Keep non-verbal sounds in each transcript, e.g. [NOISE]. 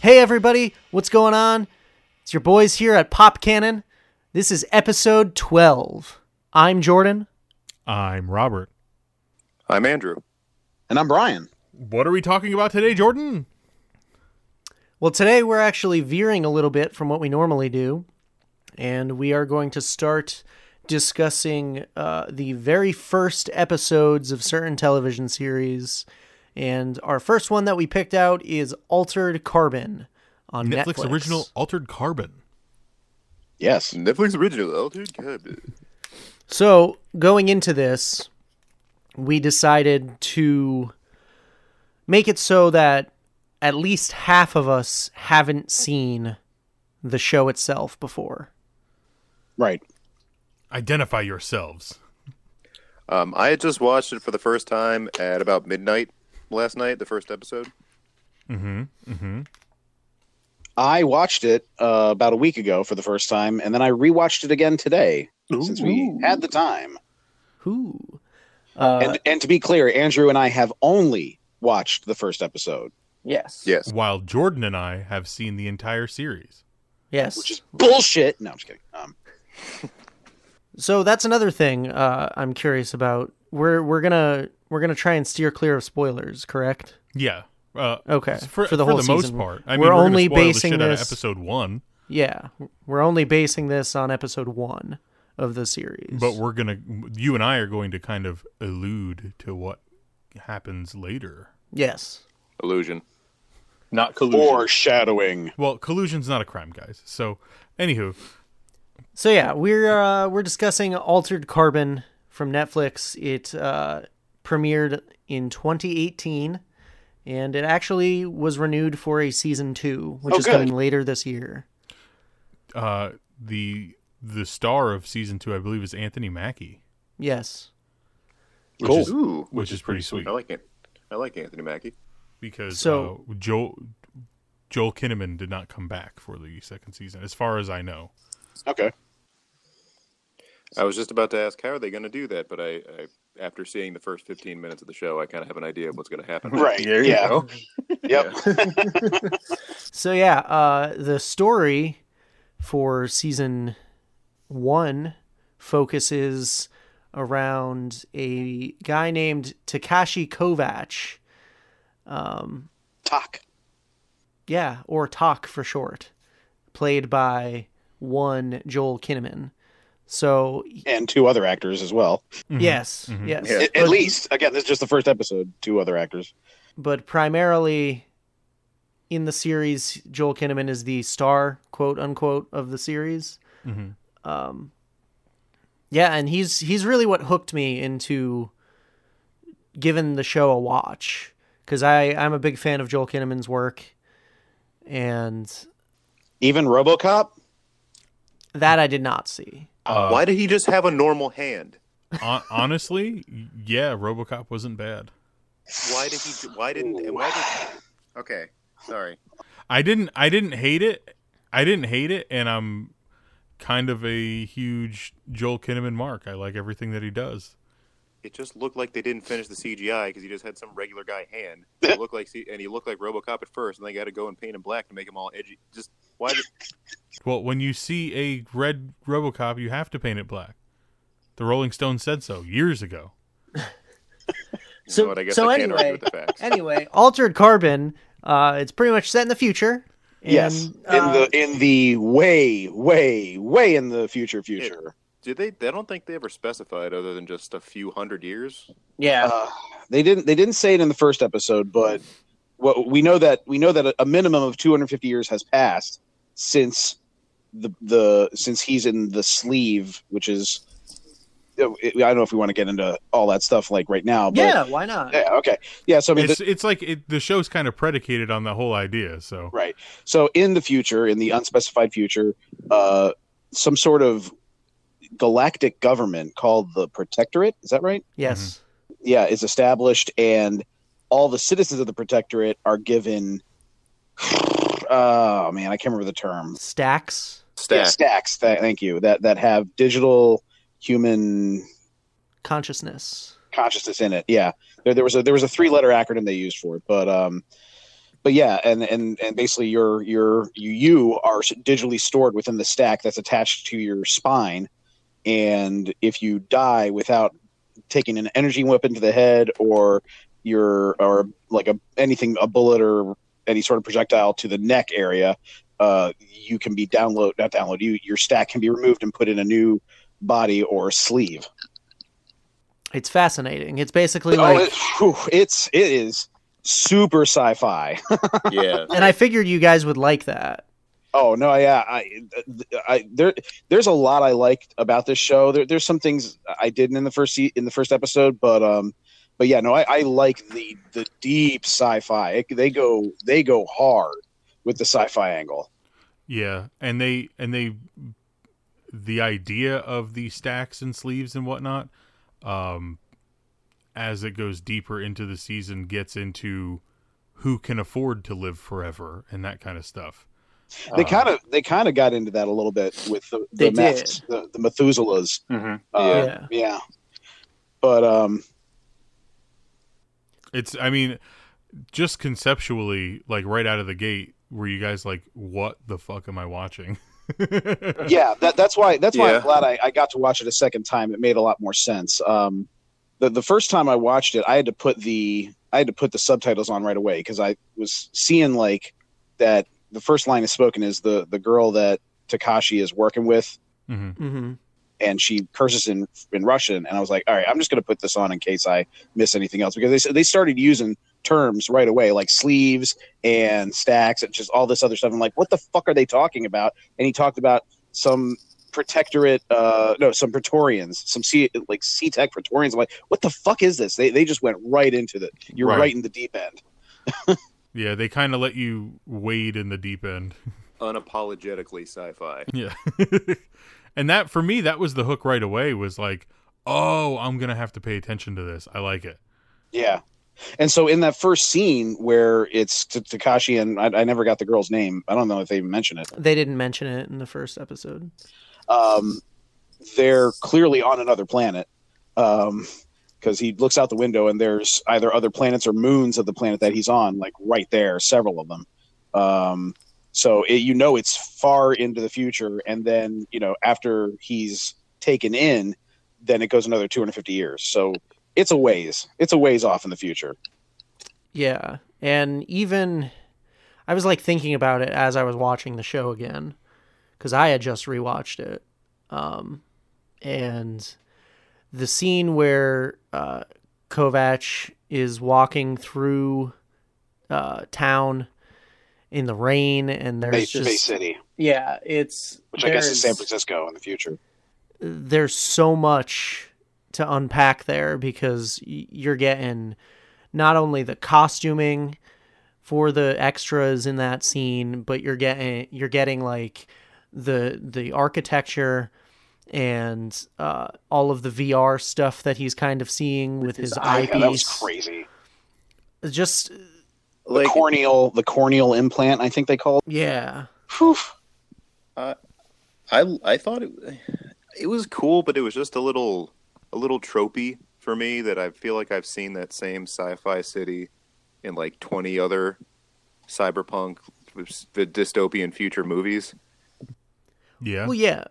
Hey, everybody, what's going on? It's your boys here at Pop Cannon. This is episode 12. I'm Jordan. I'm Robert. I'm Andrew. And I'm Brian. What are we talking about today, Jordan? Well, today we're actually veering a little bit from what we normally do, and we are going to start discussing uh, the very first episodes of certain television series. And our first one that we picked out is Altered Carbon on Netflix, Netflix. original Altered Carbon. Yes. Netflix original. Altered Carbon. So, going into this, we decided to make it so that at least half of us haven't seen the show itself before. Right. Identify yourselves. Um, I had just watched it for the first time at about midnight last night. The first episode. Mm-hmm, I watched it uh, about a week ago for the first time, and then I rewatched it again today since we had the time. Who? and, and to be clear, Andrew and I have only watched the first episode, Yes. Yes. While Jordan and I have seen the entire series. which Yes. is bullshit. No, I'm just kidding. Um, So that's another thing uh, I'm curious about. We're we're gonna we're gonna try and steer clear of spoilers, correct? Yeah. Uh, Okay, For, for the whole most season. part. I We're mean, we're gonna only spoil the basing shit out of this- episode one, Yeah, we're only basing this on episode one of the series. but we're gonna. You and I are going to kind of allude to what happens later. yes, Illusion. Not collusion. foreshadowing. Well, collusion's not a crime, guys. So, anywho, So yeah, we're uh, we're discussing Altered Carbon from Netflix. It uh, premiered in 2018, and it actually was renewed for a season two, which Oh, is coming good. later this year. uh, the the star of season two, I believe, is Anthony Mackie, Yes, which Cool. is Ooh. which is pretty sweet. I like it. I like Anthony Mackie. because So- uh, Joel Joel Kinnaman did not come back for the second season, as far as I know. Okay. I was just about to ask how are they going to do that, but I, I after seeing the first 15 minutes of the show, I kind of have an idea of what's going to happen. Right. There you yeah. go. [LAUGHS] Yep. So yeah, uh, the story for season one focuses around a guy named Takashi um, Kovacs. Talk. Yeah, or Talk for short, played by one Joel Kinnaman. So And two other actors as well. Mm-hmm. yes, yes, Yeah. At, at least, again, this is just the first episode, two other actors. but primarily in the series, Joel Kinnaman is the star, quote unquote, of the series. Mhm. Um, yeah, and he's he's really what hooked me into giving the show a watch because I I'm a big fan of Joel Kinnaman's work, and Even Robocop? that I did not see. Uh, Uh, Why did he just have a normal hand? Uh, Hon- honestly, yeah, RoboCop wasn't bad. Why did he? Why didn't? and Why did? Okay. Sorry. I didn't I didn't hate it. I didn't hate it, and I'm kind of a huge Joel Kinnaman mark. I like everything that he does. It just looked like they didn't finish the CGI because he just had some regular guy [LAUGHS] hand. It looked like, C- and he looked like RoboCop at first, and they got to go and paint him black to make him all edgy. Just why? Did, Well, when you see a red RoboCop, you have to paint it black. The Rolling Stones said so years ago. you So- know what, I guess so I can't anyway- argue with the facts. anyway, [LAUGHS] altered carbon. Uh, it's pretty much set in the future. And, yes. uh, in the in the way, way, way in the future future. Did they? I don't think they ever specified other than just a few hundred years. yeah, Uh, they didn't they didn't say it in the first episode, but what we know that we know that a, a minimum of 250 years has passed since the the since he's in the sleeve, which is I don't know if we want to get into all that stuff like right now, but yeah. Why not? Yeah, okay. Yeah, so I mean It's it's like it, the show's kind of predicated on the whole idea. So Right. So in the future, in the unspecified future, uh, some sort of galactic government called the Protectorate, is that right? Yes. Yeah, is established, and all the citizens of the Protectorate are given. Oh man, I can't remember the term. Stacks, Yeah, Stack. stacks. Th- thank you. That that have digital human consciousness. consciousness in it. Yeah, there, there was a there was a three letter acronym they used for it, but um, but yeah, and and and basically your your you, you are digitally stored within the stack that's attached to your spine, and if you die without taking an energy weapon to the head or your or like a anything a bullet or any sort of projectile to the neck area, uh, you can be download not download you your stack can be removed and put in a new body or sleeve. It's fascinating. It's basically Oh, like it- whew, it's it is super sci-fi. Yeah. [LAUGHS] and I figured you guys would like that. Oh no, yeah, I, I there, there's a lot I liked about this show. There, there's some things I didn't in the first se- in the first episode, but um, but yeah, no, I, I like the the deep sci-fi. It, they go they go hard with the sci-fi angle. Yeah, and they and they the idea of the stacks and sleeves and whatnot, um, as it goes deeper into the season, gets into who can afford to live forever and that kind of stuff. They Uh, kind of they kind of got into that a little bit with the Uh-huh. They the, Meths, the, the Methuselahs. Mm-hmm. Uh, Yeah. yeah. yeah, but um, It's I mean, just conceptually, like right out of the gate, were you guys like, "What the fuck am I watching?" [LAUGHS] [LAUGHS] yeah that, that's why that's why Yeah. i'm glad I, I got to watch it a second time it made a lot more sense um the, the first time i watched it i had to put the i had to put the subtitles on right away because i was seeing like that the first line is spoken is the the girl that takashi is working with hmm hmm and she curses in in russian and i was like all right i'm just going to put this on in case i miss anything else because they, s- they started using terms right away like sleeves and stacks and just all this other stuff i'm like what the fuck are they talking about and he talked about some protectorate uh no some praetorians some c like c tech praetorians i'm like what the fuck is this they, they just went right into the you're Right. right, in the deep end Yeah, they kind of let you wade in the deep end. Unapologetically sci-fi. Yeah. [LAUGHS] and that for me that was the hook right away was like, "Oh, I'm going to have to pay attention to this. I like it." yeah and so in that first scene where it's T- takashi and I, I never got the girl's name i don't know if they even mentioned it They didn't mention it in the first episode. um, they're clearly on another planet because he looks out the window and there's either other planets or moons of the planet that he's on, like right there, several of them. Um, so it, you know it's far into the future, and then you know after he's taken in, then it goes another 250 years. So it's a ways, it's a ways off in the future. Yeah. And even I was like thinking about it as I was watching the show again cuz I had just rewatched it. Um and the scene where uh Kovac is walking through uh town in the rain and there's Bay, just Bay City, yeah, it's which I guess is San there's- Francisco in the future. there's so much to unpack there because y- you're getting not only the costuming for the extras in that scene, but you're getting you're getting like the the architecture and uh, all of the VR stuff that he's kind of seeing with his yeah, oh, that was eyepiece. crazy. Just The Like- corneal, the corneal implant, I think they call it. yeah, Whew. I I thought it it was cool, but it was just a little a little tropey for me that I feel like I've seen that same sci-fi city in like twenty other cyberpunk the dystopian future movies. Yeah. well, yeah,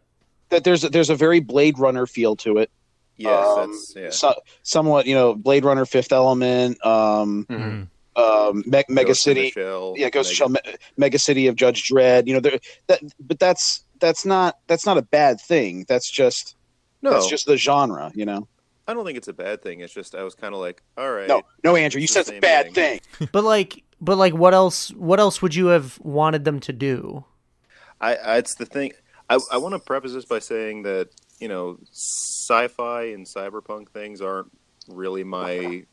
that there's a, there's a very Blade Runner feel to it. Yes, Um, that's yeah. so, somewhat, you know, Blade Runner, Fifth Element, um, Mhm. um, Me- Mega Ghost in the City, Shell, yeah, Ghost in the Mega- Shell, Me- Mega City of Judge Dredd. You know, there, that, but that's that's not that's not a bad thing. That's just No, that's just the genre. You know, I don't think it's a bad thing. It's just I was kind of like, all right, no, no, Andrew, you It's the said it's a same bad thing. thing. but like but like what else what else would you have wanted them to do? [LAUGHS] I, I it's the thing. I, I want to preface this by saying that you know, sci-fi and cyberpunk things aren't really my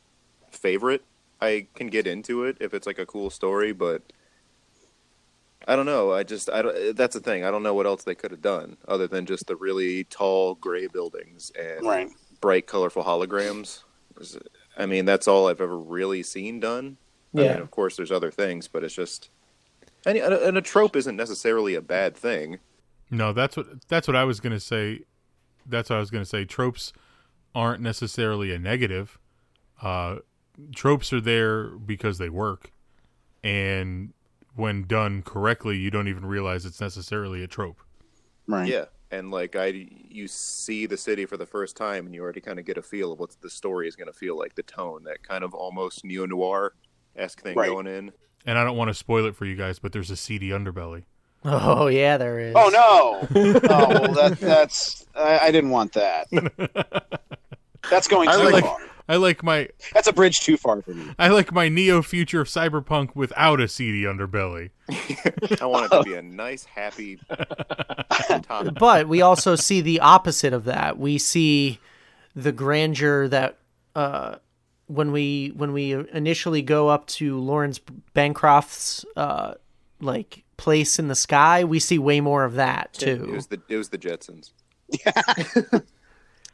favorite. I can get into it if it's like a cool story, but I don't know. I just I don't, that's the thing. I don't know what else they could have done other than just the really tall gray buildings and Right. bright, colorful holograms. Is- I mean, that's all I've ever really seen done. I mean, of course, there's other things, but it's just. And, and a trope isn't necessarily a bad thing. No, that's what that's what I was gonna say. That's what I was gonna say. Tropes aren't necessarily a negative. Uh, tropes are there because they work, and when done correctly, you don't even realize it's necessarily a trope. Right. Yeah, and like I, you see the city for the first time, and you already kind of get a feel of what the story is going to feel like, the tone, that kind of almost neo noir esque thing Right. going in. And I don't want to spoil it for you guys, but there's a seedy underbelly. Oh yeah, there is. Oh no! oh [LAUGHS] well, that, that's I, I didn't want that. That's going I too like- far. I like my That's a bridge too far for me. I like my neo future of cyberpunk without a seedy underbelly. I want it to be a nice, happy topic. But we also see the opposite of that. We see the grandeur that uh, when we when we initially go up to Lawrence Bancroft's uh, like place in the sky, we see way more of that It too. was the it was the Jetsons.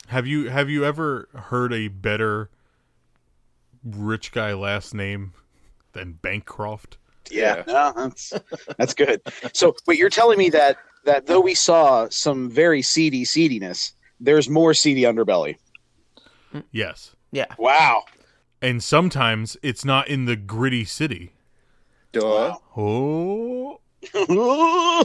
Have you have you ever heard a better rich guy last name than Bancroft? Yeah, no, that's that's good. So, wait, you're telling me that that though we saw some very seedy seediness, there's more seedy underbelly. Yes. Yeah. Wow. And sometimes it's not in the gritty city. Duh. Wow. [LAUGHS]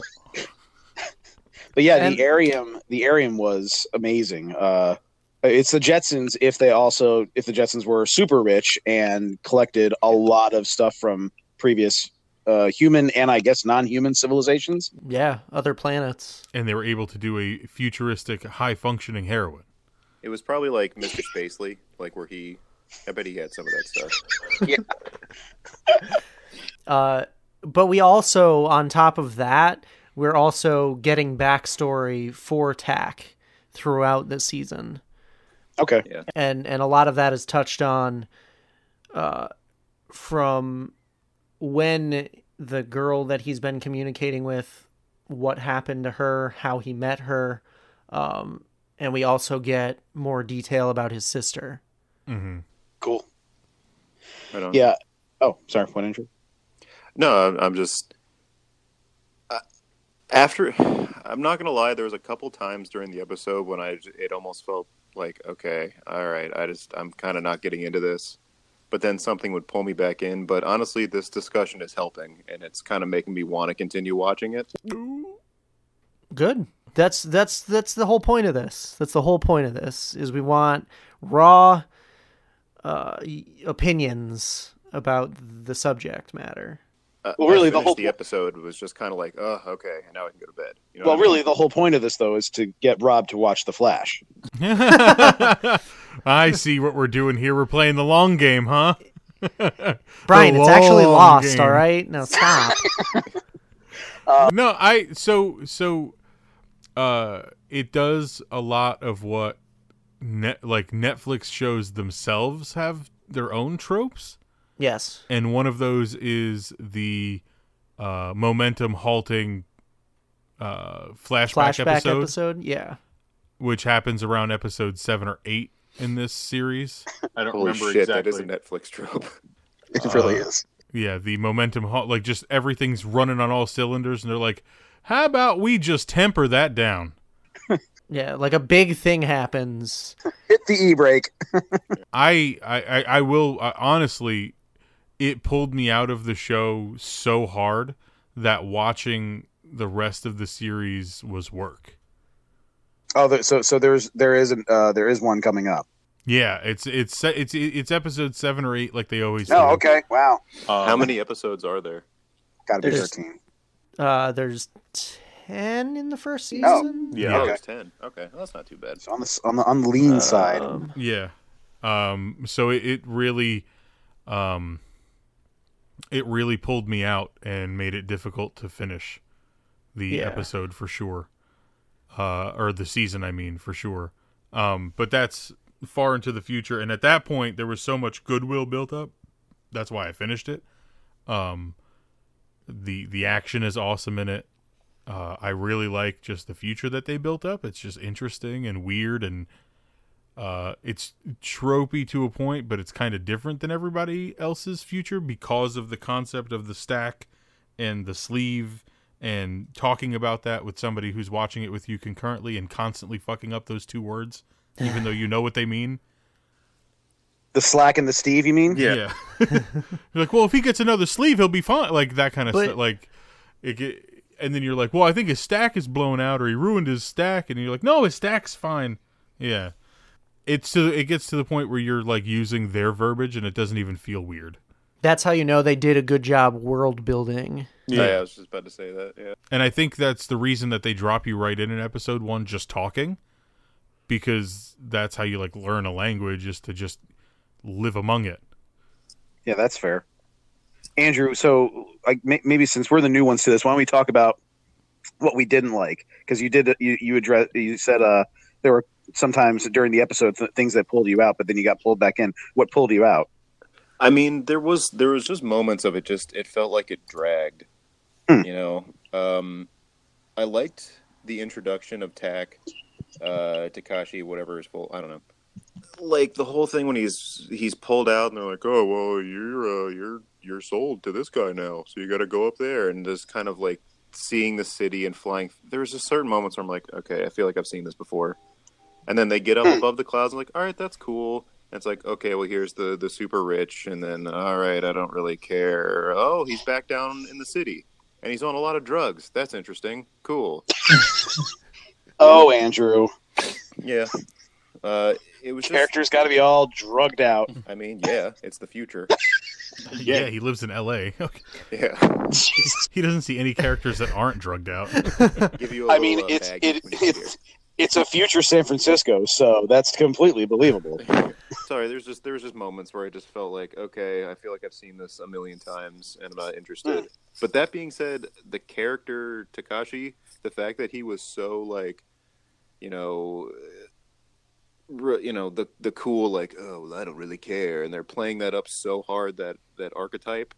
Oh, but yeah, And- the Arium the Arium was amazing. Uh, it's the Jetsons if they also if the Jetsons were super rich and collected a lot of stuff from previous uh, human and I guess non-human civilizations. Yeah, other planets. and they were able to do a futuristic, high functioning heroin. It was probably like Mr. Spacely, like where he. I bet he had some of that stuff. Uh, but we also, on top of that, we're also getting backstory for Tack throughout the season, Okay, and and a lot of that is touched on uh, from when the girl that he's been communicating with, what happened to her, how he met her, um, and we also get more detail about his sister. Mm-hmm. [LAUGHS] cool. I don't. Yeah. Oh, sorry, what injury? No, I'm, I'm just. I- After, I'm not gonna lie. There was a couple times during the episode when I it almost felt like, okay, all right, I just I'm kind of not getting into this, but then something would pull me back in. But honestly, this discussion is helping, and it's kind of making me want to continue watching it. Good. That's that's that's the whole point of this. That's the whole point of this is we want raw uh, y- opinions about the subject matter. Uh, Well, really, I the whole- finished episode was just kind of like, oh, okay, now I can go to bed. You know Well, what I mean? really, the whole point of this though is to get Rob to watch The Flash. I see what we're doing here. We're playing the long game, huh? Brian, The it's actually long lost. game. All right, now stop. no i so so uh it does a lot of what net like netflix shows themselves have their own tropes yes. and one of those is the uh momentum halting uh flashback, Flashback episode, episode. Yeah. which happens around episode seven or eight in this series I don't holy remember shit, that exactly. is a Netflix trope. It Uh, really is. yeah the momentum halt like just everything's running on all cylinders and they're like how about we just temper that down Yeah. Like a big thing happens. Hit the e brake. I I I- I will I, honestly, it pulled me out of the show so hard that watching the rest of the series was work. Oh, there, so so there's there is an, uh, there is one coming up. Yeah, it's it's se- it's it's episode seven or eight, like they always. Oh, do. okay. Wow. Um, [LAUGHS] How many episodes are there? Got to be There's- thirteen. Uh, there's ten in the first Oh. season. Yeah. Oh, Okay. it's ten. Okay, well, that's not too bad. It's on the s- on the on the lean side. Um, Yeah. Um. So it, it really, um, it really pulled me out and made it difficult to finish the Yeah. episode for sure. Uh, or the season, I mean, for sure. Um, but that's far into the future, and at that point, there was so much goodwill built up. That's why I finished it. Um, the the action is awesome in it. Uh, I really like just the future that they built up. It's just interesting and weird and uh, it's tropey to a point, but it's kind of different than everybody else's future because of the concept of the stack and the sleeve and talking about that with somebody who's watching it with you concurrently and constantly fucking up those two words, even though you know what they mean. The Slack and the Steve, you mean? Yeah. [LAUGHS] you're like, well, if he gets another sleeve, he'll be fine. Like that kind of But- stuff. Like, it get, and then you're like, well, I think his stack is blown out, or he ruined his stack, and you're like, no, his stack's fine. Yeah, it's to, it gets to the point where you're like using their verbiage, and it doesn't even feel weird. That's how you know they did a good job world building. Oh, Yeah, I was just about to say that. Yeah. And I think that's the reason that they drop you right in in episode one, just talking, because that's how you like learn a language is to just live among it. Yeah, that's fair. Andrew, so like may- maybe since we're the new ones to this, why don't we talk about what we didn't like? Because you did you you address you said uh there were sometimes during the episode th- things that pulled you out, but then you got pulled back in. What pulled you out? I mean, there was there was just moments of it. Just it felt like it dragged. Hmm. You know, um, I liked the introduction of Tack, uh, Takashi, whatever his full. I don't know. Like the whole thing when he's he's pulled out and they're like, oh well, you're uh, you're you're sold to this guy now, so you got to go up there and just kind of like seeing the city and flying. There was just certain moments where I'm like, okay, I feel like I've seen this before. And then they get up above the clouds. I'm like, all right, that's cool. And it's like, okay, well, here's the the super rich, and then all right, I don't really care. Oh, he's back down in the city, and he's on a lot of drugs. That's interesting. Cool. Oh, Andrew, Yeah. Uh, it was just. character's got to be all [LAUGHS] drugged out. I mean, yeah, it's the [LAUGHS] future. Yeah, he lives in [LAUGHS] L.A. Yeah. he doesn't see any characters that aren't drugged out. [LAUGHS] Give you. a I mean, little, uh, it's baggage it, when you get it's it's a future San Francisco, so that's completely believable. here. Sorry, there's just there's just moments where I just felt like, okay, I feel like I've seen this a million times, and I'm not interested. But that being said, the character Takashi, the fact that he was so like, you know, uh, re- you know the the cool like, oh, well, I don't really care, and they're playing that up so hard that that archetype.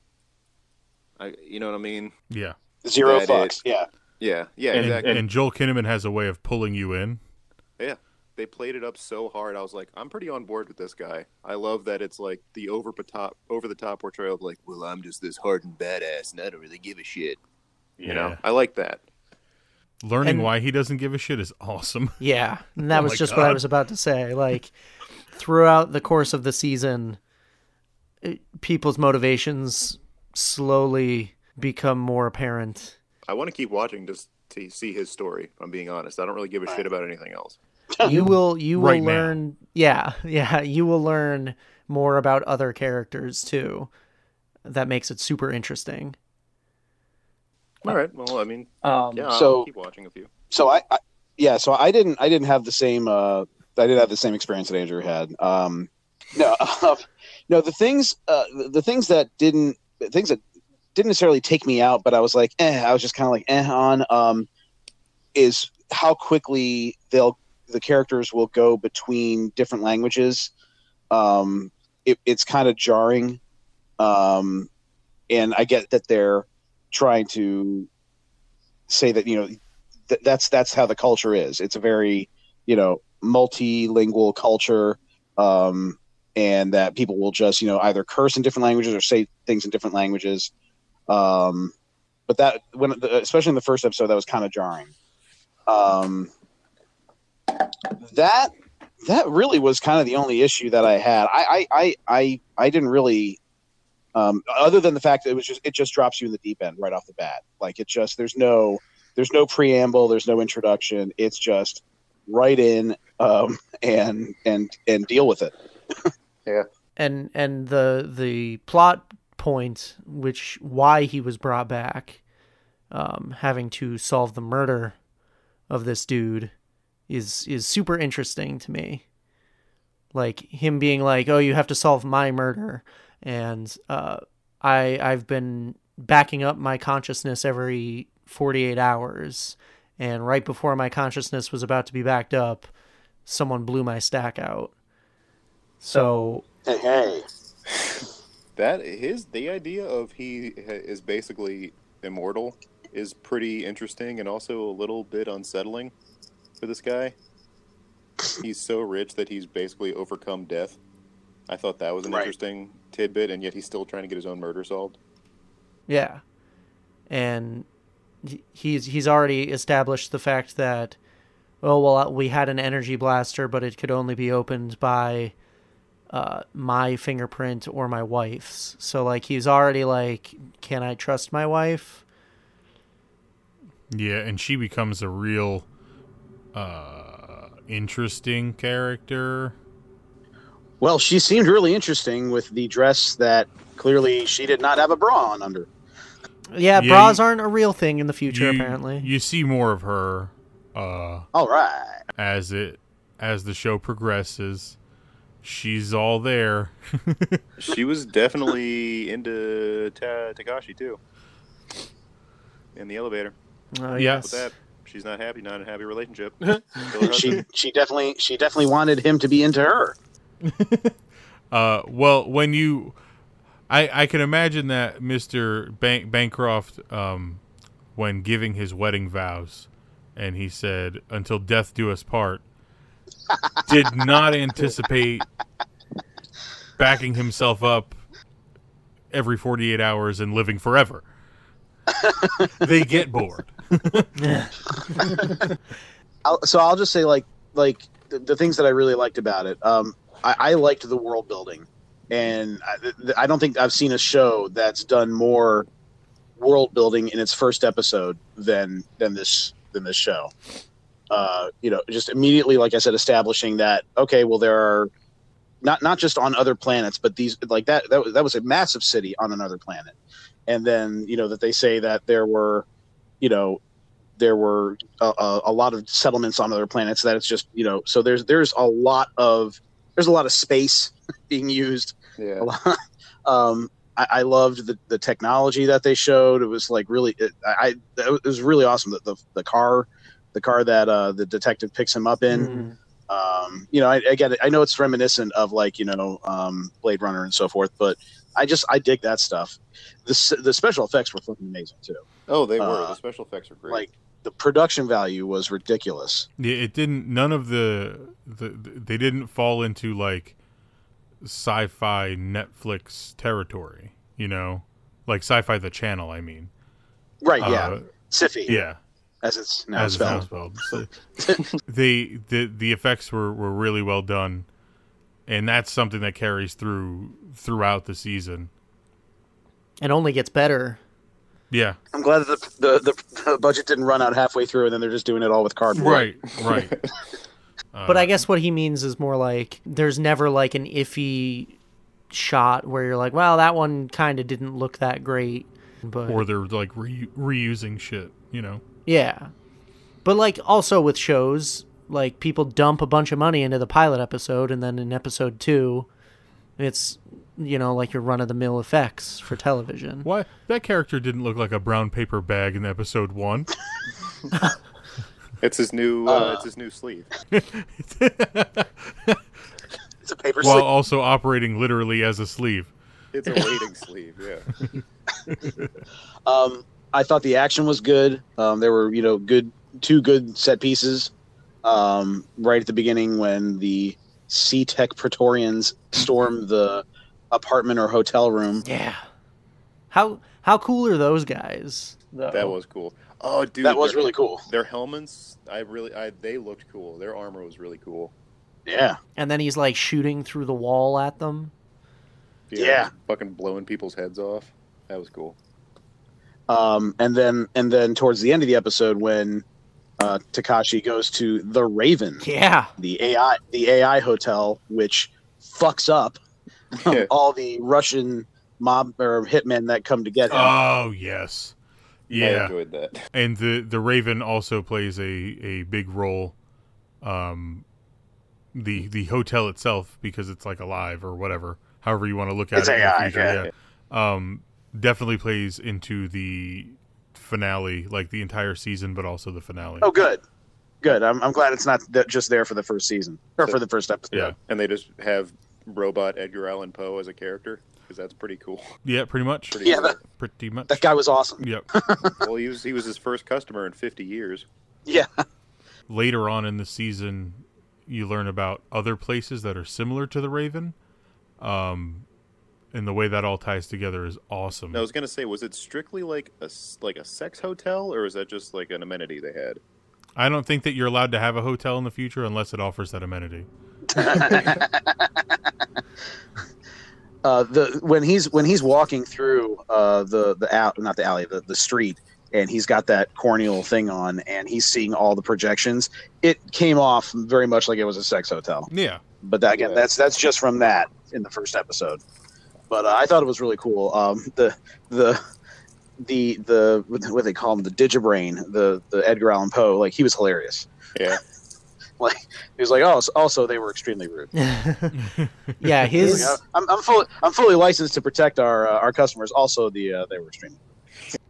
I, you know what I mean? yeah, Zero That fucks. is- Yeah, Yeah, yeah, and, exactly. and Joel Kinnaman has a way of pulling you in. they played it up so hard. I was like, I'm pretty on board with this guy. I love that it's like the over the top, over the top portrayal of like, well, I'm just this hardened badass, and I don't really give a shit. You know, I like that. Learning And- why he doesn't give a shit is [LAUGHS] awesome. Yeah, and that Oh was my just what I God. was about to say. Like throughout the course of the season, it, people's motivations slowly become more apparent. I want to keep watching just to see his story. If I'm being honest. I don't really give a shit about anything else. [LAUGHS] You will you will Right now. learn yeah, [LAUGHS] yeah, you will learn more about other characters too. That makes it super interesting. All right. Well, I mean, Um, yeah, So- I'll keep watching a few. so I, I yeah so i didn't i didn't have the same uh i didn't have the same experience that andrew had um no [LAUGHS] um, no the things uh the, the things that didn't the things that didn't necessarily take me out but i was like eh i was just kind of like eh on um is how quickly they'll the characters will go between different languages um it, it's kind of jarring um and i get that they're trying to say that you know th- that's that's how the culture is. It's a very you know multilingual culture, um, and that people will just you know either curse in different languages or say things in different languages. Um, but that when especially in the first episode, that was kind of jarring. Um, that that really was kind of the only issue that I had. I I I I, I didn't really. Um, other than the fact that it was just it just drops you in the deep end right off the bat like it just there's no there's no preamble there's no introduction it's just right in um, and and and deal with it and and the the plot point which why he was brought back um, having to solve the murder of this dude is is super interesting to me like him being like oh you have to solve my murder and uh, i i've been backing up my consciousness every 48 hours and right before my consciousness was about to be backed up someone blew my stack out so hey, hey. That his the idea of he ha- is basically immortal is pretty interesting and also a little bit unsettling for this guy. He's so rich that he's basically overcome death. I thought that was an Right. interesting tidbit, and yet he's still trying to get his own murder solved. Yeah, and he- he's he's already established the fact that uh, oh well we had an energy blaster, but it could only be opened by uh, my fingerprint or my wife's. So like he's already like, can I trust my wife? Yeah, and she becomes a real uh interesting character. Well, she seemed really interesting with the dress that clearly she did not have a bra on under. Yeah, Yeah, bras you- aren't a real thing in the future You- apparently. You see more of her uh All right. as it as the show progresses. She's all there. She was definitely into Ta- Takashi too. In the elevator. Oh, Yeah. With yes. that, she's not happy. Not in a happy [LAUGHS] relationship. She she definitely she definitely wanted him to be into her. Uh, well, when you, I I can imagine that Mister Bank Bancroft, um, when giving his wedding vows, and he said, "Until death do us part," did not anticipate backing himself up every forty eight hours and living forever. they get bored. I'll, so I'll just say like like the, the things that I really liked about it. Um, I, I liked the world building, and I, th- th- I don't think I've seen a show that's done more world building in its first episode than than this than this show. Uh, you know, just immediately, like I said, establishing that okay, well there are not not just on other planets, but these like that that was, that was a massive city on another planet, and then you know that they say that there were, you know. There were a, a, a lot of settlements on other planets that it's just you know so there's there's a lot of there's a lot of space [LAUGHS] being used yeah. a lot [LAUGHS] um I, I loved the, the technology that they showed it was like really it, I, I it was really awesome the, the, the car the car that uh the detective picks him up in Mhm. um, you know, I, again, I know it's reminiscent of like you know um, Blade Runner and so forth, but I just I dig that stuff. The s- the special effects were fucking amazing too. Oh, they were. Uh, the special effects are great. Like the production value was ridiculous. Yeah, it didn't. None of the, the they didn't fall into like sci-fi Netflix territory. You know, like sci-fi the channel. I mean, Right? yeah, Uh, Siffy. yeah. as it's now As [LAUGHS] spelled. spelled. So, the the the effects were were really well done, and that's something that carries through throughout the season. And only gets better. Yeah, I'm glad that the, the, the, budget didn't run out halfway through, and then they're just doing it all with cardboard. right, right. But I guess what he means is more like there's never like an iffy shot where you're like, well, that one kind of didn't look that great. But Or they're like re- reusing shit. You know. yeah. But like also with shows, like people dump a bunch of money into the pilot episode and then in episode 2, it's you know like your run of the mill effects for television. Why that character didn't look like a brown paper bag in episode one? [LAUGHS] it's his new. Uh, it's his new sleeve. It's a paper while sleeve. also operating literally as a sleeve. It's a waiting sleeve. [LAUGHS] Yeah. Um, I thought the action was good. Um, there were you know good two good set pieces. Um, right at the beginning when the Sea Tech Praetorians storm the apartment or hotel room. Yeah. How how cool are those guys? though? That was cool. Oh, dude. that was their- really cool. Their helmets. I really. I. They looked cool. Their armor was really cool. Yeah. And then he's like shooting through the wall at them. Yeah. Fucking blowing people's heads off. That was cool. Um, and then and then towards the end of the episode when uh, Takashi goes to the Raven. Yeah. [LAUGHS] the AI the AI hotel, which fucks up [LAUGHS] Yeah. all the Russian mob or hitmen that come to get him. Oh yes, [LAUGHS] I yeah. enjoyed that. And the the Raven also plays a a big role. Um, the the hotel itself because it's like alive or whatever, however you want to look at It's it. in the AI, future, yeah. Um, definitely plays into the finale, like the entire season, but also the finale. oh, good, good. I'm, I'm glad it's not th- just there for the first season or for the first episode. Yeah. And they just have robot Edgar Allan Poe as a character because that's pretty cool. [LAUGHS] Yeah, pretty much. Pretty Yeah, cool. that- Pretty much. That guy [LAUGHS] was awesome. [LAUGHS] Yep. well, he was he was his first customer in 50 years. Yeah, later on in the season you learn about other places that are similar to the raven um and the way that all ties together is awesome I was gonna say, was it strictly like a s- like a sex hotel, or is that just like an amenity they had? i don't think that you're allowed to have a hotel in the future unless it offers that amenity uh, the when he's when he's walking through uh, the the out not the alley the, the street and he's got that corneal thing on and he's seeing all the projections it came off very much like it was a sex hotel Yeah. but that, again Yeah. that's that's just from that in the first episode but uh, i thought it was really cool um, the the the the what they call him the digibrain the the edgar allan poe like he was hilarious Yeah. he was [LAUGHS] like oh so- also they were extremely rude yeah, his Yeah, I'm, I'm fully I'm fully licensed to protect our uh, our customers. Also, the uh, they were streaming.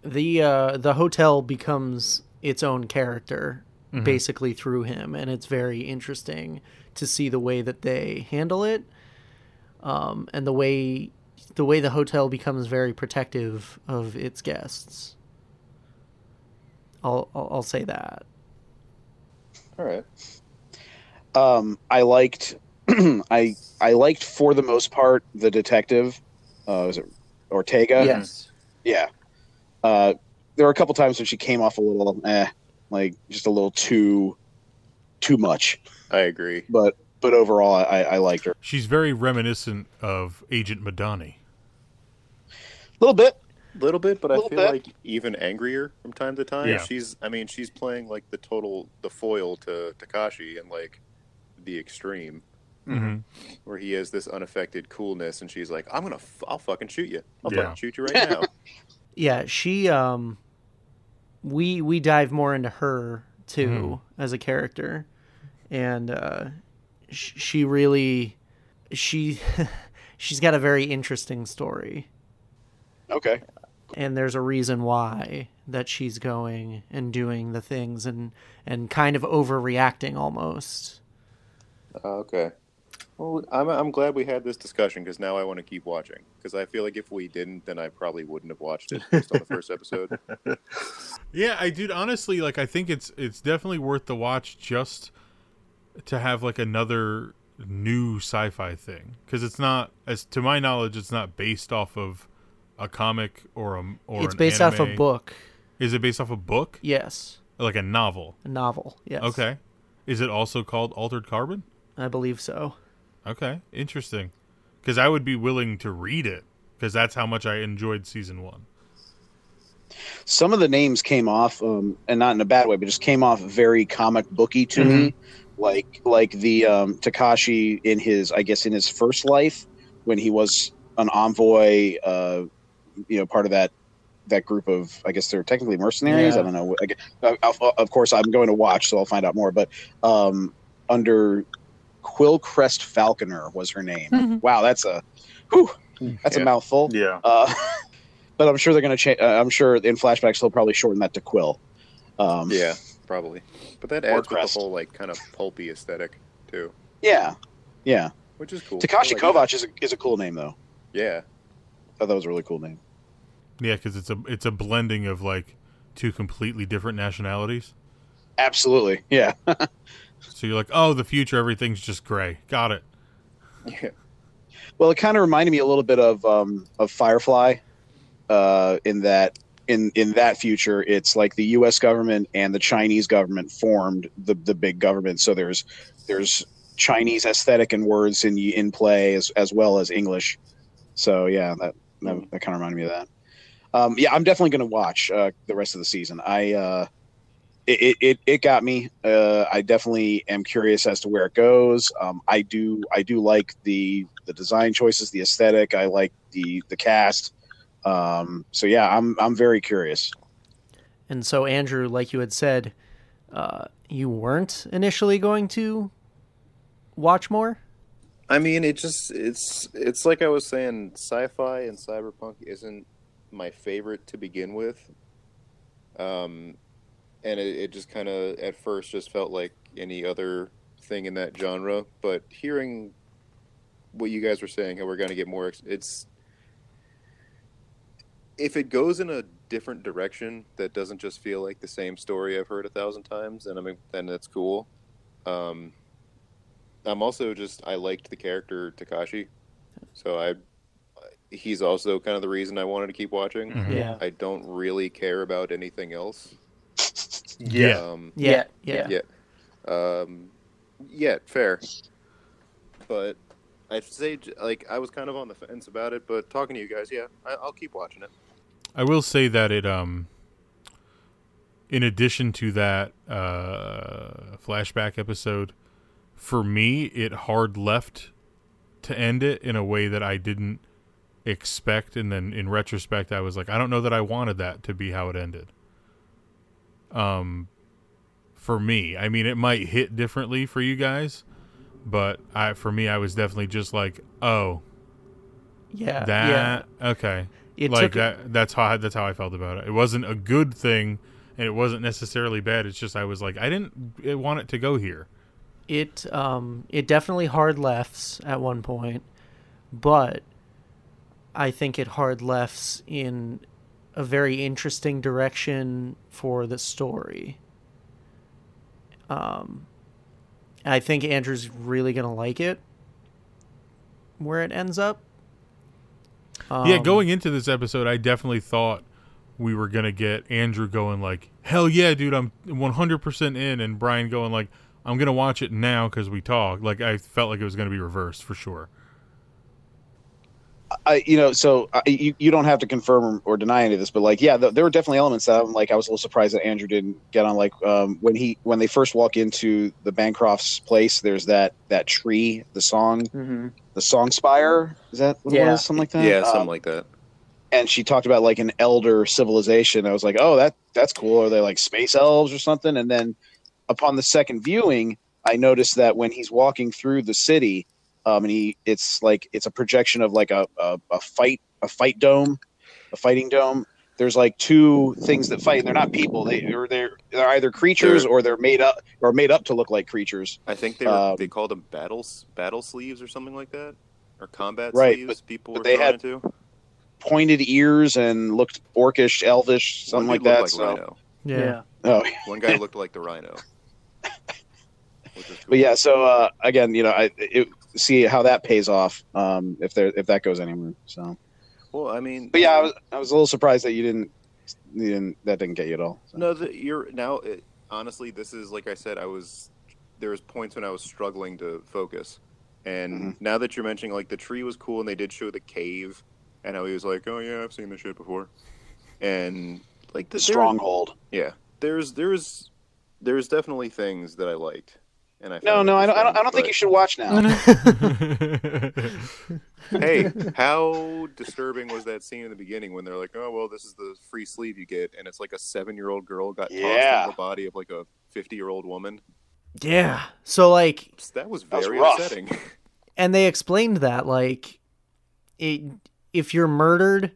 the uh, the hotel becomes its own character Mhm. basically through him, and it's very interesting to see the way that they handle it, um, and the way the way the hotel becomes very protective of its guests. I'll I'll, I'll say that. All right. Um, I liked [CLEARS THROAT] I I liked for the most part the detective. Uh, was it Ortega? Yes. Yeah. Uh, there were a couple times when she came off a little eh, like just a little too too much. I agree. But but overall, I, I liked her She's very reminiscent of Agent Madani. a little bit. A little bit, but I Little feel bit. like even angrier from time to time. Yeah. She's, I mean, she's playing like the total, the foil to Takashi and like the extreme, Mhm. where he has this unaffected coolness, and she's like, "I'm gonna, f- I'll fucking shoot you. I'll Yeah. fucking shoot you right [LAUGHS] now." Yeah, she um we we dive more into her too Mhm. as a character. And uh sh- she really she [LAUGHS] she's got a very interesting story Okay. and there's a reason why that she's going and doing the things and and kind of overreacting almost. Oh, Uh, okay. Well, I'm, I'm glad we had this discussion because now I want to keep watching. Because I feel like if we didn't, then I probably wouldn't have watched it based on the [LAUGHS] first episode. Yeah, I dude, honestly, like I think it's it's definitely worth the watch just to have like another new sci-fi thing because it's not as to my knowledge it's not based off of a comic or a or it's an based off a anime. book. Is it based off a book? Yes. Like a novel? A novel. Yes. Okay. Is it also called Altered Carbon? I believe so. Okay, interesting. Because I would be willing to read it because that's how much I enjoyed season one. some of the names came off um, and not in a bad way but just came off very comic booky to me like like the um, takashi in his i guess in his first life when he was an envoy uh, you know part of that that group of i guess they're technically mercenaries Yeah. i don't know I, guess- uh, of- of- of course i'm going to watch so i'll find out more but um, under quillcrest falconer was her name wow that's a whew, that's Yeah. a mouthful Yeah. uh, [LAUGHS] but I'm sure they're going to change. Uh, I'm sure in flashbacks they'll probably shorten that to Quill. Um, yeah, probably. But that Or adds to the Crest. whole like kind of pulpy aesthetic too, yeah, yeah. which is cool. Takashi I like Kovacs is a, is a cool name though. that. Yeah. [LAUGHS] I thought that was a really cool name. Yeah, because it's a it's a blending of like two completely different nationalities. Absolutely, yeah. So you're like, oh, the future, everything's just gray. Got it. Yeah. Well, it kind of reminded me a little bit of um, of Firefly, uh, in that in in that future, it's like the U.S. government and the Chinese government formed the the big government. So there's there's Chinese aesthetic and words in in play as as well as English. So yeah, that that, that kind of reminded me of that. Um, yeah, I'm definitely going to watch uh, the rest of the season. I uh, it, it- it it got me. Uh, I definitely am curious as to where it goes. Um, I do I do like the the design choices, the aesthetic. I like the the cast. Um, so yeah, I'm I'm very curious. And so, Andrew, like you had said, uh, you weren't initially going to watch more. I mean, it just it's it's like I was saying, sci-fi and cyberpunk isn't my favorite to begin with. Um, and it, it just kind of at first just felt like any other thing in that genre. But hearing what you guys were saying, how we're going to get more, ex- it's if it goes in a different direction that doesn't just feel like the same story I've heard a thousand times, and I mean, then that's cool. Um, I'm also just I liked the character Takashi, so I he's also kind of the reason I wanted to keep watching. Mhm. Yeah. I don't really care about anything else. Yeah. Um, Yeah, yeah. Yeah, yeah. Um, yeah, fair. But I'd say j- like I was kind of on the fence about it, but talking to you guys, yeah, I, I'll keep watching it. I will say that it um in addition to that uh flashback episode for me it hard left to end it in a way that I didn't expect and then in retrospect I was like I don't know that I wanted that to be how it ended. Um for me, I mean it might hit differently for you guys, but I for me I was definitely just like, "Oh, Yeah. Uh, yeah. that okay." It like took a- that. That's how that's how I felt about it. It wasn't a good thing, and it wasn't necessarily bad. It's just I was like, I didn't eh, want it to go here. it um it definitely hard lefts at one point, but I think it hard lefts in a very interesting direction for the story. Um I think Andrew's really going to like it where it ends up. Um, yeah, going into this episode, I definitely thought we were gonna get Andrew going like, hell yeah, dude, I'm 100 percent in, and Brian going like, I'm gonna watch it now because we talked. Like I felt like it was gonna be reversed for sure. [LAUGHS] I, you know, so I, you, you don't have to confirm or, or deny any of this, but like, yeah, th- there were definitely elements that I'm like, I was a little surprised that Andrew didn't get on. Like, um, when he, when they first walk into the Bancroft's place, there's that, that tree, the song, Mhm. the song spire. Is that what it Yeah. was? Something like that? yeah, Um, something like that. and she talked about like an elder civilization. I was like, oh, that that's cool. Are they like space elves or something? And then upon the second viewing, I noticed that when he's walking through the city, um, and he it's like it's a projection of like a, a, a fight a fight dome, a fighting dome. There's like two things that fight. They're not people. They or they're they're either creatures They're- or they're made up or made up to look like creatures. I think they were, Um, they called them battles battle sleeves or something like that, or combat Right, sleeves. people but were they thrown had into. Pointed ears and looked orcish, elvish, something One like dude that. looked so Like rhino. Yeah. oh One guy looked like the rhino. Which is cool. [LAUGHS] but yeah so uh again you know i it, see how that pays off um if there if that goes anywhere so Well, I mean, but yeah i was i was a little surprised that you didn't you didn't that didn't get you at all so. No, the, you're now. It, honestly, this is like I said. I was there was points when I was struggling to focus, and Mm-hmm. now that you're mentioning, like the tree was cool, and they did show the cave, and how he was like, "Oh yeah, I've seen this shit before," and like the the stronghold Yeah, there's there's there's definitely things that I liked, and I no found no i don't i don't, I don't think you interesting, should watch now [LAUGHS] but- [LAUGHS] Hey, how disturbing was that scene in the beginning when they're like, "Oh well, this is the free sleeve you get," and it's like a seven year old girl got Yeah. tossed in the body of like a fifty year old woman. [LAUGHS] Yeah. So like That was That was very rough. upsetting. [LAUGHS] and they explained that like it, if you're murdered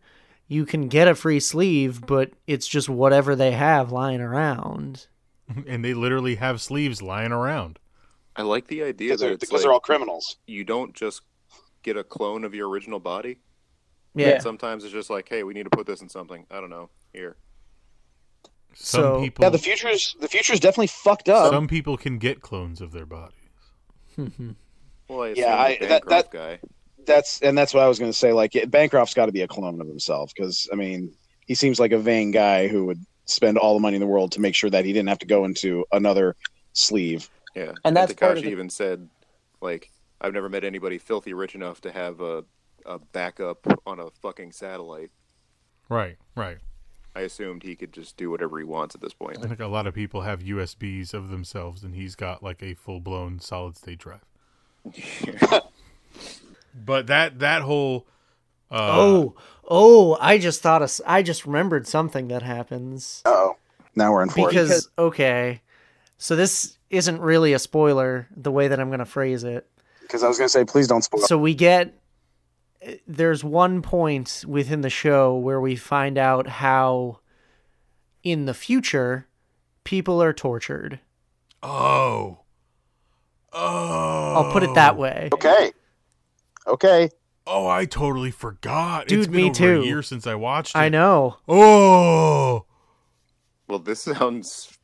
you can get a free sleeve but it's just whatever they have lying around and they literally have sleeves lying around. I like the idea because that they're, it's because like they're all criminals you don't just get a clone of your original body. yeah, Sometimes it's just like, hey, we need to put this in something. I don't know. Here. Some So- people, yeah the future's the future's definitely fucked up some people can get clones of their body. [LAUGHS] Well, I assume Yeah, I- the that- Bancroft guy. that's and that's what i was going to say like yeah, bancroft's got to be a clone of himself because i mean he seems like a vain guy who would spend all the money in the world to make sure that he didn't have to go into another sleeve Yeah, And that's part of Takashi the- even said, like, I've never met anybody filthy rich enough to have a a backup on a fucking satellite. Right, right. I assumed he could just do whatever he wants at [LAUGHS] this point. I think a lot of people have USBs of themselves, and he's got like a full blown solid state drive. [LAUGHS] but that that whole uh, oh oh i just thought of, s- i just remembered something that happens oh now we're in for it. because okay so this isn't really a spoiler the way that i'm going to phrase it because I was going to say, please don't spoil. so we get there's one point within the show where we find out how in the future people are tortured oh oh i'll put it that way okay, okay. Oh, I totally forgot. it's Dude, been me over too. A year since I watched. It. i know Oh, Well, this sounds.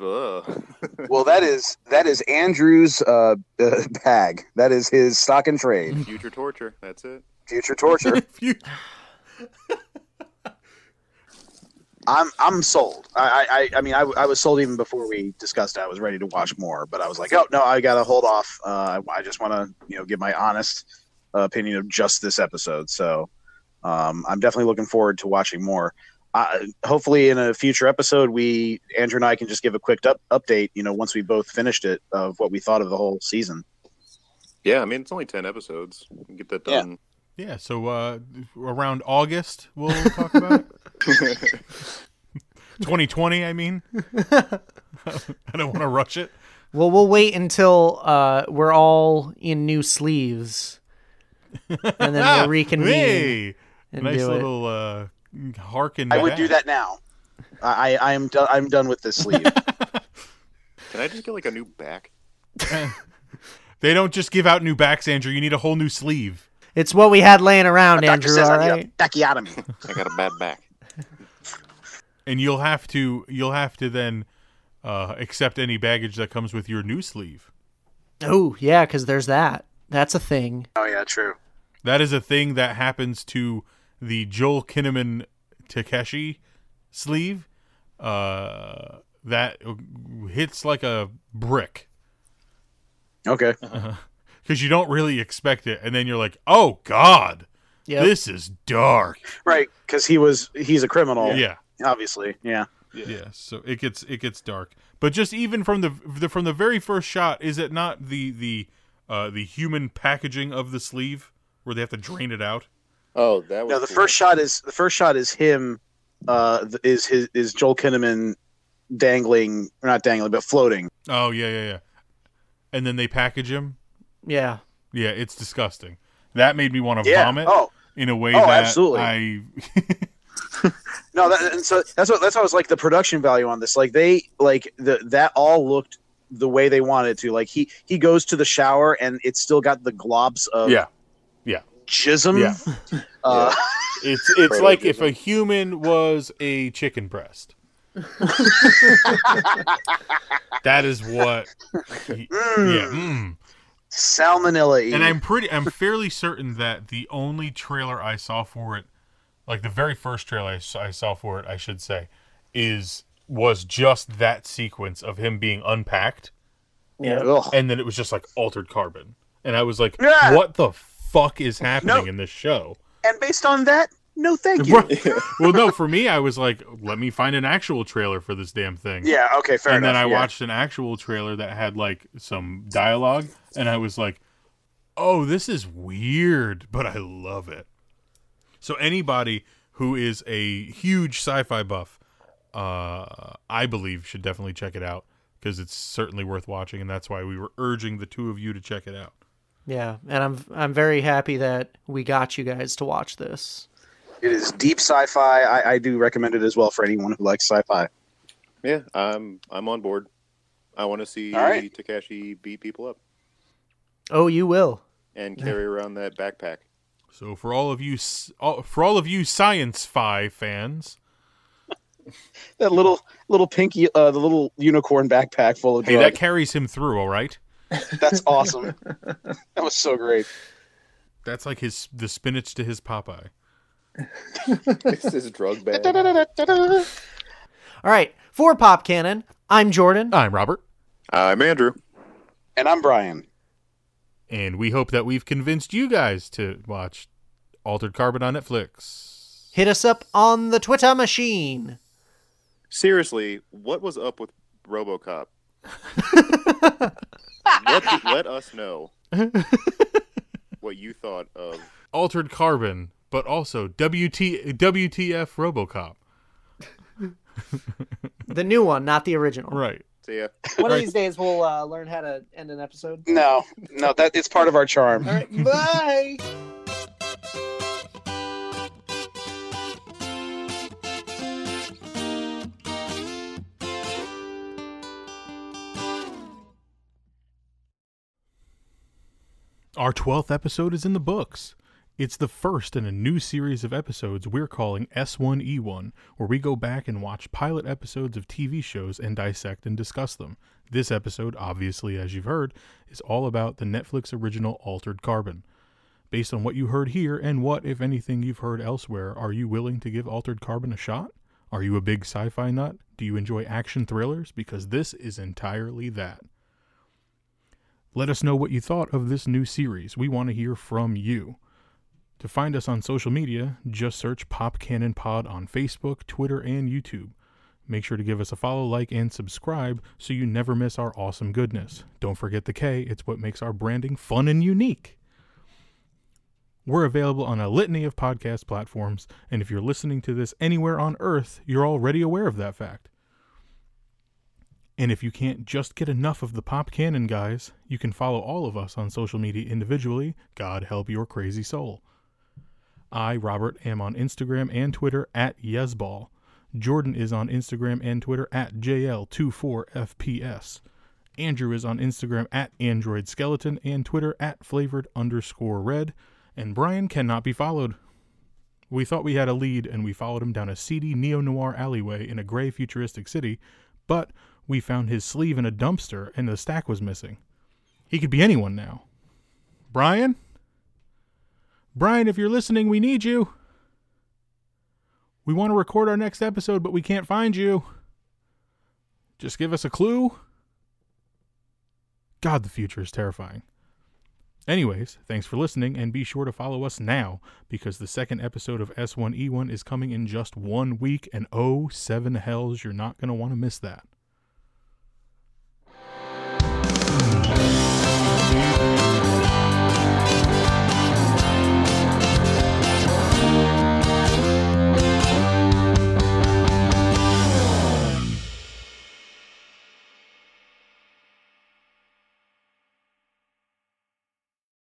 Ugh. Well, that is that is Andrew's uh, [LAUGHS] uh, bag. That is his stock and trade. [LAUGHS] Future torture. That's it. Future torture. If you- I'm I'm sold. I I, I mean I, w- I was sold even before we discussed. It. I was ready to watch more, but I was like, oh no, I gotta hold off. Uh, I, I just want to you know give my honest uh, opinion of just this episode. So um, I'm definitely looking forward to watching more. Uh, hopefully, in a future episode, we Andrew and I can just give a quick up, update. You know, once we both finished it, of what we thought of the whole season. Yeah, I mean it's only ten episodes. We can get that Yeah. done. Yeah, so uh, around August we'll talk about it. [LAUGHS] [LAUGHS] 2020, I mean. [LAUGHS] I don't want to rush it. Well, we'll wait until uh, we're all in new sleeves, and then Ah, we'll reconvene Hey, and nice do little uh, harken. I would back. do that now. I I am done. I'm done with this sleeve. Can I just get like a new back? They don't just give out new backs, Andrew. You need a whole new sleeve. it. It's what we had laying around, Doctor Andrew. says All I right. need a Bacchiotomy. I got a bad back. and you'll have to you'll have to then uh, accept any baggage that comes with your new sleeve. Oh yeah, because there's that. That's a thing. [LAUGHS] Oh yeah, true. That is a thing that happens to the Joel Kinnaman Takeshi sleeve. Uh, that hits like a brick Okay. [LAUGHS] because you don't really expect it, and then you're like, "Oh God, Yep. this is dark." Right, because he was he's a criminal. yeah. obviously. Yeah. yeah so it gets it gets dark but just even from the, the from the very first shot is it not the the uh the human packaging of the sleeve where they have to drain it out [LAUGHS] Oh, that was No, the first shot is the first shot is him. Uh, th- is his is Joel Kinnaman dangling or not dangling, but floating. oh yeah yeah yeah and then they package him yeah. yeah it's disgusting that made me want to Yeah. vomit Oh in a way Oh, that absolutely. i no, that, and so that's what that's what was like the production value on this. Like they like the that all looked the way they wanted to. Like he he goes to the shower and it's still got the globs of Yeah. Yeah. Jism. Yeah. [LAUGHS] Uh, [LAUGHS] it's it's Right, like isn't if a human was a chicken [LAUGHS] breast that is what mm, yeah mm. Salmonella. and I'm pretty, I'm fairly certain that the only trailer I saw for it, like the very first trailer I s- I saw for it, I should say, is was just that sequence of him being unpacked, Ugh. and then it was just like altered carbon, and I was like, Yeah. what the fuck is happening No. in this [LAUGHS] show? and based on that, no, thank you. Right. well, no, for me, I was like, let me find an actual trailer for this damn thing. Yeah. Okay. Fair and enough. then I yeah. watched an actual trailer that had like some dialogue, and I was like, "Oh, this is weird, but I love it." So anybody who is a huge sci-fi buff, uh, I believe, should definitely check it out because it's certainly worth watching, and that's why we were urging the two of you to check it out. Yeah, and I'm I'm very happy that we got you guys to watch this. It is deep sci-fi. I, I do recommend it as well for anyone who likes sci-fi. Yeah, I'm I'm on board. I want to see All right. Takashi beat people up Oh, you will. and carry around that backpack. So for all of you, s- all- for all of you science fi fans, That little little pinky, uh, the little unicorn backpack full of hey, drugs. that carries him through. All right, That's [LAUGHS] awesome. that was so great. that's like his the spinach to his Popeye. this is drug bag. All right, for Pop Cannon, I'm Jordan. I'm Robert. Uh, I'm Andrew. And I'm Brian. And we hope that we've convinced you guys to watch Altered Carbon on Netflix. Hit us up on the Twitter machine. Seriously, what was up with RoboCop? let, let us know what you thought of. Altered Carbon, but also WT, WTF Robocop. The new one, not the original. Right. See ya. One Right. of these days, we'll uh, learn how to end an episode. No, no, that it's part of our charm. All right, bye. Our 12th episode is in the books. It's the first in a new series of episodes we're calling S1E1, where we go back and watch pilot episodes of TV shows and dissect and discuss them. This episode, obviously, as you've heard, is all about the Netflix original Altered Carbon. Based on what you heard here and what, if anything, you've heard elsewhere, are you willing to give Altered Carbon a shot? Are you a big sci fi nut? Do you enjoy action thrillers? Because this is entirely that. Let us know what you thought of this new series. We want to hear from you. To find us on social media, just search Pop Cannon Pod on Facebook, Twitter, and YouTube. Make sure to give us a follow, like, and subscribe so you never miss our awesome goodness. Don't forget the K, it's what makes our branding fun and unique. We're available on a litany of podcast platforms, and if you're listening to this anywhere on earth, you're already aware of that fact. And if you can't just get enough of the Pop Cannon guys, you can follow all of us on social media individually. God help your crazy soul. I, Robert, am on Instagram and Twitter at Yesball. Jordan is on Instagram and Twitter at JL24FPS. Andrew is on Instagram at Android Skeleton and Twitter at flavored underscore red. And Brian cannot be followed. We thought we had a lead and we followed him down a seedy neo noir alleyway in a gray futuristic city, but we found his sleeve in a dumpster and the stack was missing. He could be anyone now. Brian? Brian, if you're listening, we need you. We want to record our next episode, but we can't find you. Just give us a clue. God, the future is terrifying. Anyways, thanks for listening, and be sure to follow us now because the second episode of E S1E1 is coming in just one week, and oh, seven hells, you're not going to want to miss that.